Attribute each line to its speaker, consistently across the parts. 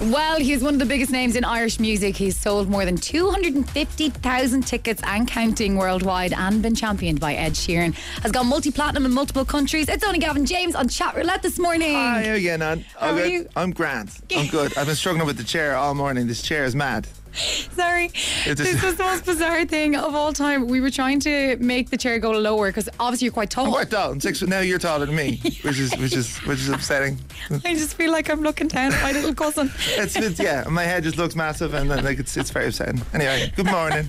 Speaker 1: Well, he's one of the biggest names in Irish music. He's sold more than 250,000 tickets and counting worldwide and been championed by Ed Sheeran. Has gone multi platinum in multiple countries. It's only Gavin James on Chat Roulette this morning.
Speaker 2: Hi, how are you getting on?
Speaker 1: How
Speaker 2: I'm
Speaker 1: are
Speaker 2: good.
Speaker 1: you?
Speaker 2: I'm grand. I'm good. I've been struggling with the chair all morning. This chair is mad.
Speaker 1: Sorry.
Speaker 2: It's
Speaker 1: this
Speaker 2: just-
Speaker 1: was the most bizarre thing of all time. We were trying to make the chair go lower because obviously you're quite
Speaker 2: I'm
Speaker 1: tall.
Speaker 2: quite tall. I'm six foot now. You're taller than me, which is which is which is upsetting.
Speaker 1: I just feel like I'm looking down at my little cousin.
Speaker 2: It's, it's yeah. My head just looks massive, and then, like it's it's very upsetting. Anyway, good morning.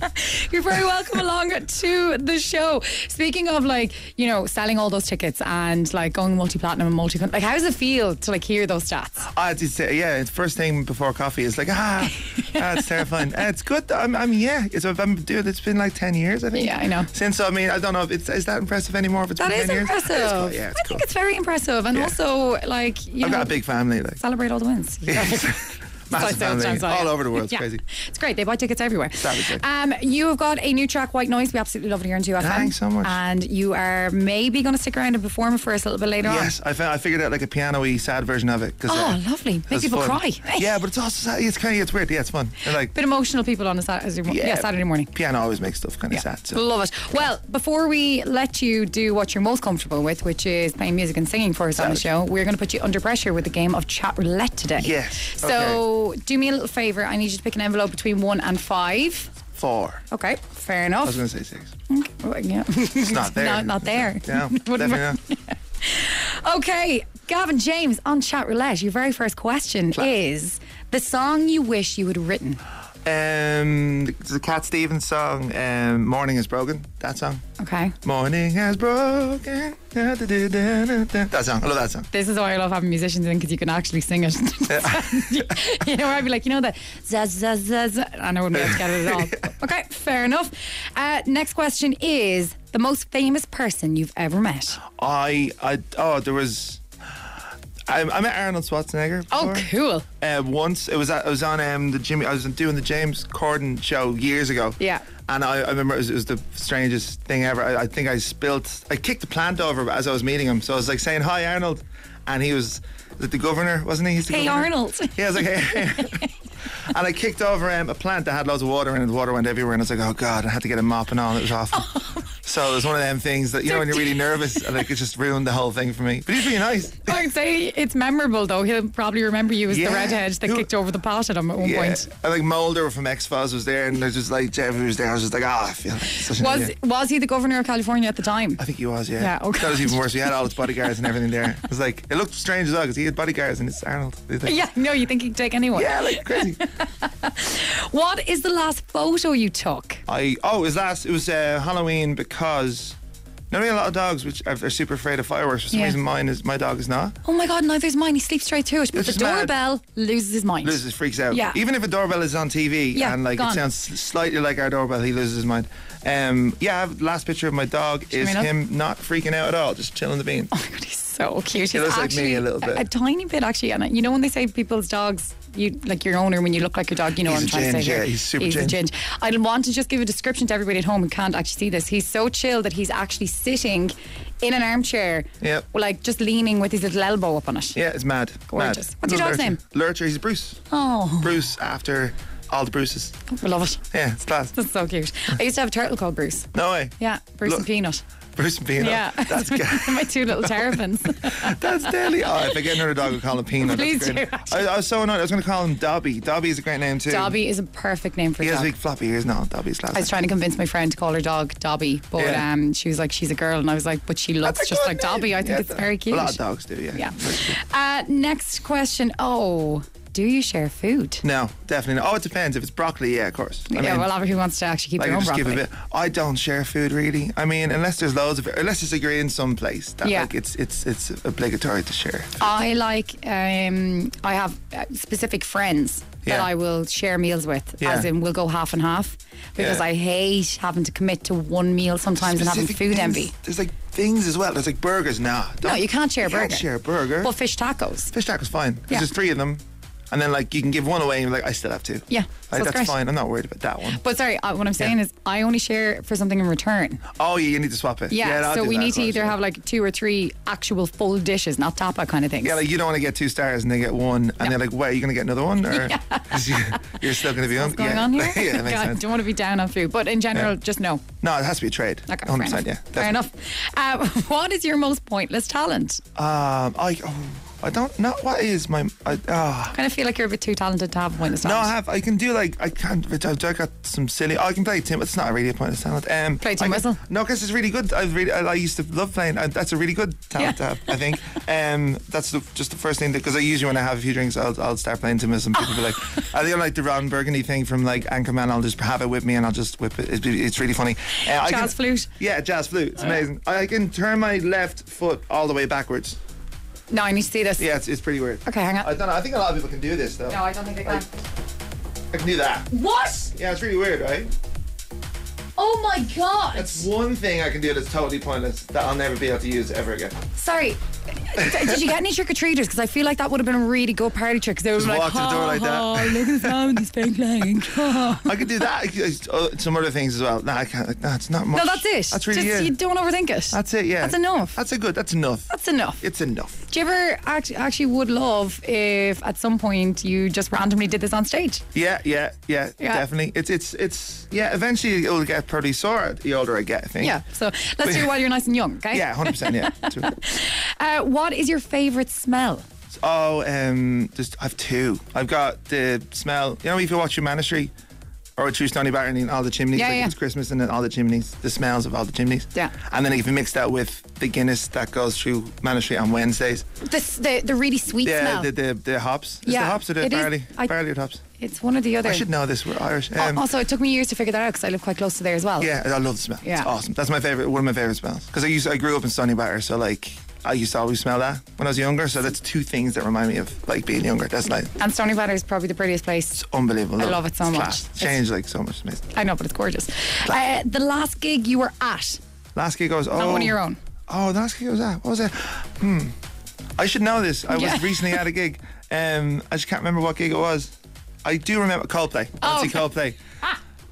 Speaker 1: You're very welcome along to the show. Speaking of like, you know, selling all those tickets and like going multi platinum and multi like how does it feel to like hear those stats?
Speaker 2: Ah, it's, it's, uh, yeah, it's first thing before coffee. It's like ah, ah it's terrifying. Ah, it's good. Though. I'm, I'm yeah. It's I'm dude. It's been like ten years. I think.
Speaker 1: Yeah, I know.
Speaker 2: Since I mean, I don't know if it's is that impressive anymore. If it's
Speaker 1: That
Speaker 2: been
Speaker 1: is
Speaker 2: 10 years?
Speaker 1: impressive.
Speaker 2: It's cool. Yeah, it's
Speaker 1: I
Speaker 2: cool.
Speaker 1: think it's very impressive. And
Speaker 2: Yeah.
Speaker 1: also like you
Speaker 2: I've
Speaker 1: know
Speaker 2: got a big family. Like
Speaker 1: celebrate all the wins.
Speaker 2: massive
Speaker 1: Sales
Speaker 2: family
Speaker 1: chance, yeah.
Speaker 2: all over the world. It's
Speaker 1: Yeah.
Speaker 2: crazy.
Speaker 1: It's great. They buy tickets everywhere.
Speaker 2: Savage, yeah.
Speaker 1: Um, you have got a new track, White Noise. We absolutely love it here on 2FM.
Speaker 2: Thanks so much.
Speaker 1: And you are maybe going to stick around and perform for us a little bit later
Speaker 2: Yes, I, found, I figured out like a piano-y sad version of it. Cause, uh,
Speaker 1: Oh, lovely. Make
Speaker 2: it's
Speaker 1: people cry.
Speaker 2: yeah, but it's also sad. It's kind of it's weird. Yeah, it's fun. They're
Speaker 1: on.
Speaker 2: like
Speaker 1: Bit emotional people on a Saturday, yeah.
Speaker 2: yeah,
Speaker 1: Saturday morning.
Speaker 2: Piano always makes stuff kind of sad. So.
Speaker 1: Love it. Well, before we let you do what you're most comfortable with, which is playing music and singing for us on the
Speaker 2: Savage.
Speaker 1: show, we're going to put you under pressure with a game of chat roulette today.
Speaker 2: Yes,
Speaker 1: So do me a little favour. I need you to pick an envelope between one and five.
Speaker 2: Four.
Speaker 1: Okay, fair
Speaker 2: I
Speaker 1: enough.
Speaker 2: was going to say six.
Speaker 1: Okay, well, yeah.
Speaker 2: It's not there.
Speaker 1: No, not there.
Speaker 2: No,
Speaker 1: Wouldn't
Speaker 2: definitely
Speaker 1: work.
Speaker 2: not.
Speaker 1: Okay, Gavin James on Chat Roulette. Your very first question
Speaker 2: Clap.
Speaker 1: is the song you wish you had written.
Speaker 2: Um, the, the Cat Stevens song, um, "Morning Is Broken." That song.
Speaker 1: Okay.
Speaker 2: Morning has broken. Da, da, da, da, da, da. That song. I love that song.
Speaker 1: This is why I love having musicians in because you can actually sing it. you know, I'd be like, you know that zaz zaz zaz, and I wouldn't be able to get it at all. Okay, fair enough. Uh, next question is the most famous person you've ever met.
Speaker 2: I, I, oh, there was. I, I met Arnold Schwarzenegger.
Speaker 1: Oh,
Speaker 2: before.
Speaker 1: cool.
Speaker 2: Uh, once it was at, I was on um, the Jimmy I was doing the James Corden show years ago.
Speaker 1: Yeah.
Speaker 2: And I, I remember it was, it was the strangest thing ever. I, I think I spilt I kicked the plant over as I was meeting him. So I was like saying hi Arnold, and he was was it the governor wasn't he? He's the
Speaker 1: Hey,
Speaker 2: governor.
Speaker 1: Arnold.
Speaker 2: Yeah, I was like hey. And I kicked over um, a plant that had loads of water in it. The water went everywhere, and I was like, "Oh God!" I had to get a mop and all. It was awful.
Speaker 1: Oh,
Speaker 2: so it was one of them things that you know when you're really nervous, and like it just ruined the whole thing for me. But he's really nice.
Speaker 1: I'd say it's memorable though. He'll probably remember you as the
Speaker 2: Yeah.
Speaker 1: redhead that
Speaker 2: Who-
Speaker 1: kicked over the pot at him at one point.
Speaker 2: I like Mulder from X Files was there, and there's just like Jeffrey was there. I was just like, ah, I feel like such an
Speaker 1: Was
Speaker 2: idiot."
Speaker 1: was he the governor of California at the time?
Speaker 2: I think he was, yeah.
Speaker 1: Yeah, okay.
Speaker 2: That was even worse. He had all his bodyguards and everything there. It was like it looked strange as well because he had bodyguards and it's Arnold. They think-
Speaker 1: Yeah, no, you think he'd take anyone?
Speaker 2: yeah, like crazy.
Speaker 1: What is the last photo you took?
Speaker 2: I oh, it was last. It was uh, Halloween because. Not really a lot of dogs which are, are super afraid of fireworks. For some
Speaker 1: Yeah.
Speaker 2: reason, mine is my dog is not.
Speaker 1: Oh my God, neither's mine. He sleeps straight through it.
Speaker 2: This
Speaker 1: But the
Speaker 2: is mad.
Speaker 1: doorbell loses his mind.
Speaker 2: Loses freaks out.
Speaker 1: Yeah.
Speaker 2: Even if a doorbell is on TV
Speaker 1: Yeah,
Speaker 2: and like
Speaker 1: gone.
Speaker 2: it sounds slightly like our doorbell, he loses his mind. Um, yeah, last picture of my dog is
Speaker 1: me know?
Speaker 2: him not freaking out at all, just chilling the bean.
Speaker 1: Oh my God, he's so cute. He's
Speaker 2: looks like me
Speaker 1: actually
Speaker 2: a little bit.
Speaker 1: A, tiny bit, actually. And uh, you know when they say people's dogs, you like your owner when you look like your dog, you know
Speaker 2: He's
Speaker 1: what I'm
Speaker 2: a
Speaker 1: trying to
Speaker 2: ginge,
Speaker 1: say. here.
Speaker 2: yeah, he's super
Speaker 1: he's a
Speaker 2: ginge.
Speaker 1: ginge. I want to just give a description to everybody at home who can't actually see this. He's so chill that he's actually sitting in an armchair,
Speaker 2: Yep.
Speaker 1: like just leaning with his little elbow up on it.
Speaker 2: Yeah, it's mad.
Speaker 1: Gorgeous.
Speaker 2: Mad.
Speaker 1: What's your
Speaker 2: Love
Speaker 1: dog's
Speaker 2: Lurcher.
Speaker 1: name?
Speaker 2: Lurcher. He's Bruce.
Speaker 1: Oh,
Speaker 2: Bruce after all the Bruces.
Speaker 1: I love it.
Speaker 2: Yeah, it's class.
Speaker 1: That's so cute. I used to have a turtle called Bruce.
Speaker 2: No way.
Speaker 1: Yeah, Bruce
Speaker 2: Look.
Speaker 1: and Peanut.
Speaker 2: Bruce and Peanut.
Speaker 1: Yeah,
Speaker 2: That's ga-
Speaker 1: my two little terrapins.
Speaker 2: that's deadly. Oh, if I get another dog, I'll call him Peanut. That's
Speaker 1: Please
Speaker 2: a great
Speaker 1: do,
Speaker 2: name. I, I was so annoyed. I was going to call him Dobby. Dobby is a great name too.
Speaker 1: Dobby is a perfect name for
Speaker 2: He
Speaker 1: a
Speaker 2: has
Speaker 1: dog.
Speaker 2: big floppy ears. No, Dobby's class.
Speaker 1: I was trying to convince my friend to call her dog Dobby, but
Speaker 2: Yeah.
Speaker 1: um, she was like, she's a girl. And I was like, but she looks
Speaker 2: That's a
Speaker 1: just
Speaker 2: good
Speaker 1: like
Speaker 2: name.
Speaker 1: Dobby. I think
Speaker 2: Oh Yeah,
Speaker 1: it's very cute.
Speaker 2: A lot of dogs do. Yeah.
Speaker 1: Yeah. Uh, next question. Oh, do you share food?
Speaker 2: No, definitely not. Oh, it depends. If it's broccoli, yeah, of course. I
Speaker 1: yeah,
Speaker 2: mean,
Speaker 1: well, who wants to actually keep
Speaker 2: Like
Speaker 1: their own
Speaker 2: just
Speaker 1: broccoli?
Speaker 2: give a bit. I don't share food really. I mean, unless there's loads of, unless it's agreed in some place that
Speaker 1: Yeah.
Speaker 2: like it's it's it's obligatory to share.
Speaker 1: I like, um, I have uh, specific friends that
Speaker 2: Yeah.
Speaker 1: I will share meals with,
Speaker 2: Yeah.
Speaker 1: as in we'll go half and half, because
Speaker 2: Yeah.
Speaker 1: I hate having to commit to one meal sometimes and having
Speaker 2: Specific
Speaker 1: food
Speaker 2: things.
Speaker 1: envy.
Speaker 2: There's like things as well. There's like burgers. Nah,
Speaker 1: No,
Speaker 2: don't-
Speaker 1: you can't share a
Speaker 2: you
Speaker 1: burger.
Speaker 2: Can't share a burger.
Speaker 1: But fish tacos.
Speaker 2: Fish tacos fine.
Speaker 1: Yeah.
Speaker 2: There's just three of them. And then like you can give one away and you're like, I still have two.
Speaker 1: Yeah,
Speaker 2: Like
Speaker 1: so it's
Speaker 2: that's
Speaker 1: great.
Speaker 2: fine. I'm not worried about that one.
Speaker 1: But sorry, uh, what I'm saying is I only share for something in return.
Speaker 2: Oh yeah, you need to swap it.
Speaker 1: Yeah,
Speaker 2: no, I'll
Speaker 1: so
Speaker 2: do
Speaker 1: we
Speaker 2: that,
Speaker 1: need
Speaker 2: of
Speaker 1: to
Speaker 2: course,
Speaker 1: either
Speaker 2: yeah.
Speaker 1: have like two or three actual full dishes, not tapa kind of things.
Speaker 2: Yeah, like you don't want to get two stars and they get one, and they're like, "Wait, are you going to get another one?" Or you're still going to be hungry.
Speaker 1: What's going
Speaker 2: yeah.
Speaker 1: on here?
Speaker 2: yeah, it makes
Speaker 1: God,
Speaker 2: sense.
Speaker 1: don't want to be down on food, but in general, just no.
Speaker 2: No, it has to be a trade.
Speaker 1: Okay, fair
Speaker 2: 100%,
Speaker 1: enough.
Speaker 2: yeah.
Speaker 1: fair enough. Uh, what is your most pointless talent?
Speaker 2: definitely. Um, I, oh, I don't know what is my. I, ah.
Speaker 1: kind of feel like you're a bit too talented to have a pointless
Speaker 2: no,
Speaker 1: talent.
Speaker 2: I have. I can do like I can't. I got some silly. oh, I can play Tim. It's not really a point of talent. Um,
Speaker 1: Play
Speaker 2: I
Speaker 1: tin
Speaker 2: can-
Speaker 1: whistle?
Speaker 2: No, because it's really good. I really. I, I used to love playing. I, that's a really good talent
Speaker 1: Yeah.
Speaker 2: to have. I think. Um, that's the, just the first thing because I usually when I have a few drinks, I'll, I'll start playing Tim whistle. and People be like, I think I like the Ron Burgundy thing from like Anchorman. I'll just have it with me and I'll just whip it. It's, it's really funny. Uh, I
Speaker 1: Jazz flute?
Speaker 2: Yeah, jazz flute. It's amazing. I can turn my left foot all the way backwards.
Speaker 1: No, I need to see this.
Speaker 2: Yeah, it's, it's pretty weird.
Speaker 1: Okay, hang on.
Speaker 2: I don't know. I think a lot of people can do this though.
Speaker 1: no, I don't think I can.
Speaker 2: I can do that.
Speaker 1: What?
Speaker 2: Yeah, it's really weird, right?
Speaker 1: Oh my god!
Speaker 2: That's one thing I can do that's totally pointless that I'll never be able to use ever again.
Speaker 1: Sorry. Did you get any trick or treaters? Because I feel like that would have been a really good party trick. Because they were
Speaker 2: Just
Speaker 1: like,
Speaker 2: walk to the door
Speaker 1: "Ha,
Speaker 2: like that."
Speaker 1: ha, Look at the sound he's been playing. no,
Speaker 2: I could do that. I could- it's- oh, Some other things as well. No, I can't. Like, no, it's not much.
Speaker 1: that's it.
Speaker 2: That's really
Speaker 1: Just,
Speaker 2: it.
Speaker 1: You don't overthink it.
Speaker 2: that's it. Yeah.
Speaker 1: That's enough.
Speaker 2: That's a good. That's enough.
Speaker 1: That's enough.
Speaker 2: It's enough.
Speaker 1: Do you ever act- actually would love if at some point you just randomly did this on stage?
Speaker 2: Yeah, yeah, yeah,
Speaker 1: Yeah.
Speaker 2: Definitely. It's it's it's yeah. Eventually, it'll get pretty sore the older I get. I think.
Speaker 1: Yeah. So let's do it while you're nice and young, okay?
Speaker 2: Yeah, hundred percent. Yeah.
Speaker 1: Uh, what is your favourite smell?
Speaker 2: oh, um, just I've two. I've got the smell. You know, if you watch your Humanistry or a True Stony Barton and all the chimneys,
Speaker 1: Yeah,
Speaker 2: like
Speaker 1: yeah.
Speaker 2: it's Christmas and then all the chimneys, the smells of all the chimneys.
Speaker 1: Yeah.
Speaker 2: And then if you mix that with the Guinness that goes through Manistry on Wednesdays,
Speaker 1: The, s- the, the really sweet
Speaker 2: yeah,
Speaker 1: smell.
Speaker 2: the, the the hops. Is
Speaker 1: Yeah,
Speaker 2: the hops or the
Speaker 1: it is.
Speaker 2: barley?
Speaker 1: I- Oh,
Speaker 2: barley or the hops?
Speaker 1: it's one or the other.
Speaker 2: I should know this. We're Irish.
Speaker 1: Al-
Speaker 2: Um,
Speaker 1: also, it took me years to figure that out because I live quite close to there as well.
Speaker 2: Yeah, I love the smell.
Speaker 1: Yeah.
Speaker 2: It's awesome. That's my favorite. One of my favorite smells because I used I grew up in Stony Batter, so like I used to always smell that when I was younger. So that's two things that remind me of like being younger. That's like
Speaker 1: And Stony Platter is probably the prettiest place.
Speaker 2: it's unbelievable.
Speaker 1: I love it so
Speaker 2: It's
Speaker 1: much.
Speaker 2: class. It's
Speaker 1: It's-
Speaker 2: changed like so much. Amazing.
Speaker 1: I know, but it's gorgeous. Uh, the last gig you were at,
Speaker 2: Last gig I was oh
Speaker 1: not one of your own.
Speaker 2: Oh, the last gig I was at. What was it? Hmm. I should know this. I
Speaker 1: Yeah.
Speaker 2: was recently at a gig. Um, I just can't remember what gig it was. I do remember Coldplay.
Speaker 1: Oh,
Speaker 2: Nancy Coldplay.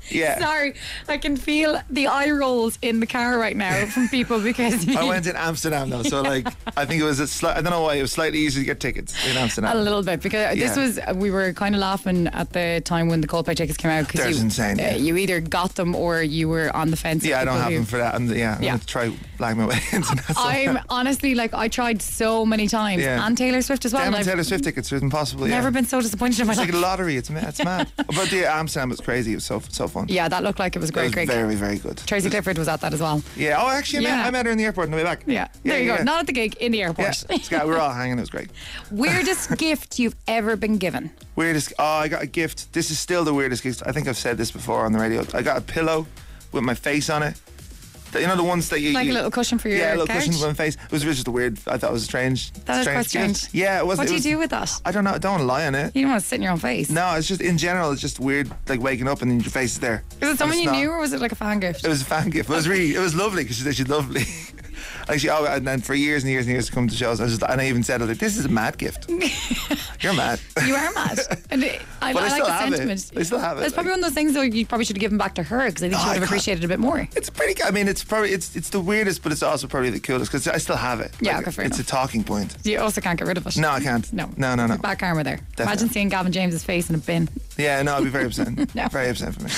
Speaker 2: Yeah.
Speaker 1: Sorry, I can feel the eye rolls in the car right now from people because
Speaker 2: I went in Amsterdam though, so like I think it was a sli- I don't know why it was slightly easier to get tickets in Amsterdam.
Speaker 1: a little bit because this
Speaker 2: Yeah.
Speaker 1: was we were kind of laughing at the time when the Coldplay tickets came out
Speaker 2: That
Speaker 1: because
Speaker 2: was
Speaker 1: you uh,
Speaker 2: insane, yeah.
Speaker 1: you either got them or you were on the fence.
Speaker 2: Yeah, I
Speaker 1: with
Speaker 2: don't
Speaker 1: people
Speaker 2: have
Speaker 1: who-
Speaker 2: them for that. I'm, yeah, I'm
Speaker 1: Yeah.
Speaker 2: gonna try lag my way into that. somehow.
Speaker 1: I'm honestly like I tried so many times
Speaker 2: Yeah.
Speaker 1: and Taylor Swift as well.
Speaker 2: Damn it,
Speaker 1: and I've
Speaker 2: Taylor Swift tickets are impossible.
Speaker 1: never
Speaker 2: yeah.
Speaker 1: been so disappointed in my
Speaker 2: It's like
Speaker 1: life.
Speaker 2: a lottery. It's mad. It's mad. but the Amsterdam was crazy. It was so so fun.
Speaker 1: Yeah, that looked like it was
Speaker 2: It
Speaker 1: a great,
Speaker 2: was
Speaker 1: great.
Speaker 2: very very good.
Speaker 1: Tracy Clifford was at that as well.
Speaker 2: Yeah. Oh, actually, I,
Speaker 1: Yeah.
Speaker 2: met, I met her in the airport on the way back.
Speaker 1: Yeah, there you go. Not at the gig in the
Speaker 2: Yeah,
Speaker 1: airport.
Speaker 2: it's got- we were all hanging. It was great.
Speaker 1: Weirdest gift you've ever been given.
Speaker 2: Weirdest. Oh, I got a gift. This is still the weirdest gift. I think I've said this before on the radio. I got a pillow with my face on it. The- You know the ones that you
Speaker 1: Like a
Speaker 2: you-
Speaker 1: little cushion for your
Speaker 2: yeah, a little
Speaker 1: couch?
Speaker 2: cushion with my face. It was just weird. I thought it was a strange.
Speaker 1: That is quite
Speaker 2: gift.
Speaker 1: strange.
Speaker 2: Yeah, it was.
Speaker 1: What
Speaker 2: it
Speaker 1: do you
Speaker 2: was-
Speaker 1: do with that?
Speaker 2: I don't know. I don't want to lie on it.
Speaker 1: You don't want to sit in your own face.
Speaker 2: No, it's just in general, it's just weird, like waking up and then your face is there.
Speaker 1: Is it someone
Speaker 2: It's
Speaker 1: you
Speaker 2: not-
Speaker 1: knew or was it like a fan gift?
Speaker 2: It was a fan gift. It was really, it was lovely because she said she's lovely. like she, oh, and then for years and years and years to come to shows, I was just, and I even said, I was like, this is a mad gift. You're mad.
Speaker 1: You are mad. And it- I,
Speaker 2: But I
Speaker 1: I like
Speaker 2: still
Speaker 1: the
Speaker 2: have it.
Speaker 1: sentiment.
Speaker 2: I still have it,
Speaker 1: It's probably
Speaker 2: like-
Speaker 1: one of those things though you probably should have given back to her because I think
Speaker 2: Oh, I
Speaker 1: she would have
Speaker 2: can't-
Speaker 1: appreciated it a bit more.
Speaker 2: It's pretty. I mean, it's probably it's it's the weirdest, but it's also probably the coolest because I still have it.
Speaker 1: Yeah,
Speaker 2: Like,
Speaker 1: okay, fair
Speaker 2: it's
Speaker 1: enough.
Speaker 2: a talking point.
Speaker 1: You also can't get rid of it.
Speaker 2: No, I can't.
Speaker 1: No.
Speaker 2: no, no, no.
Speaker 1: Back armor there. Imagine
Speaker 2: Definitely.
Speaker 1: seeing Gavin James's face in a bin.
Speaker 2: Yeah, no, I'd be very upset.
Speaker 1: No.
Speaker 2: Very upset for me.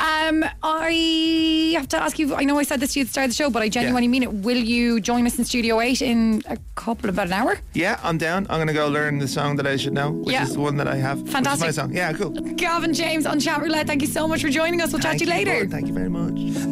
Speaker 1: Um, I have to ask you. I know I said this to you at the start of the show, but I genuinely mean it. Will you join us in Studio Eight in a couple about an hour?
Speaker 2: Yeah, I'm down. I'm gonna go learn the song that I should know, which
Speaker 1: Yeah.
Speaker 2: is the one that I have. which is
Speaker 1: Fantastic.
Speaker 2: my song. Yeah, cool.
Speaker 1: Gavin James on Chat Roulette. Thank you so much for joining us. We'll
Speaker 2: Thank
Speaker 1: chat to you later.
Speaker 2: both. Thank you very much.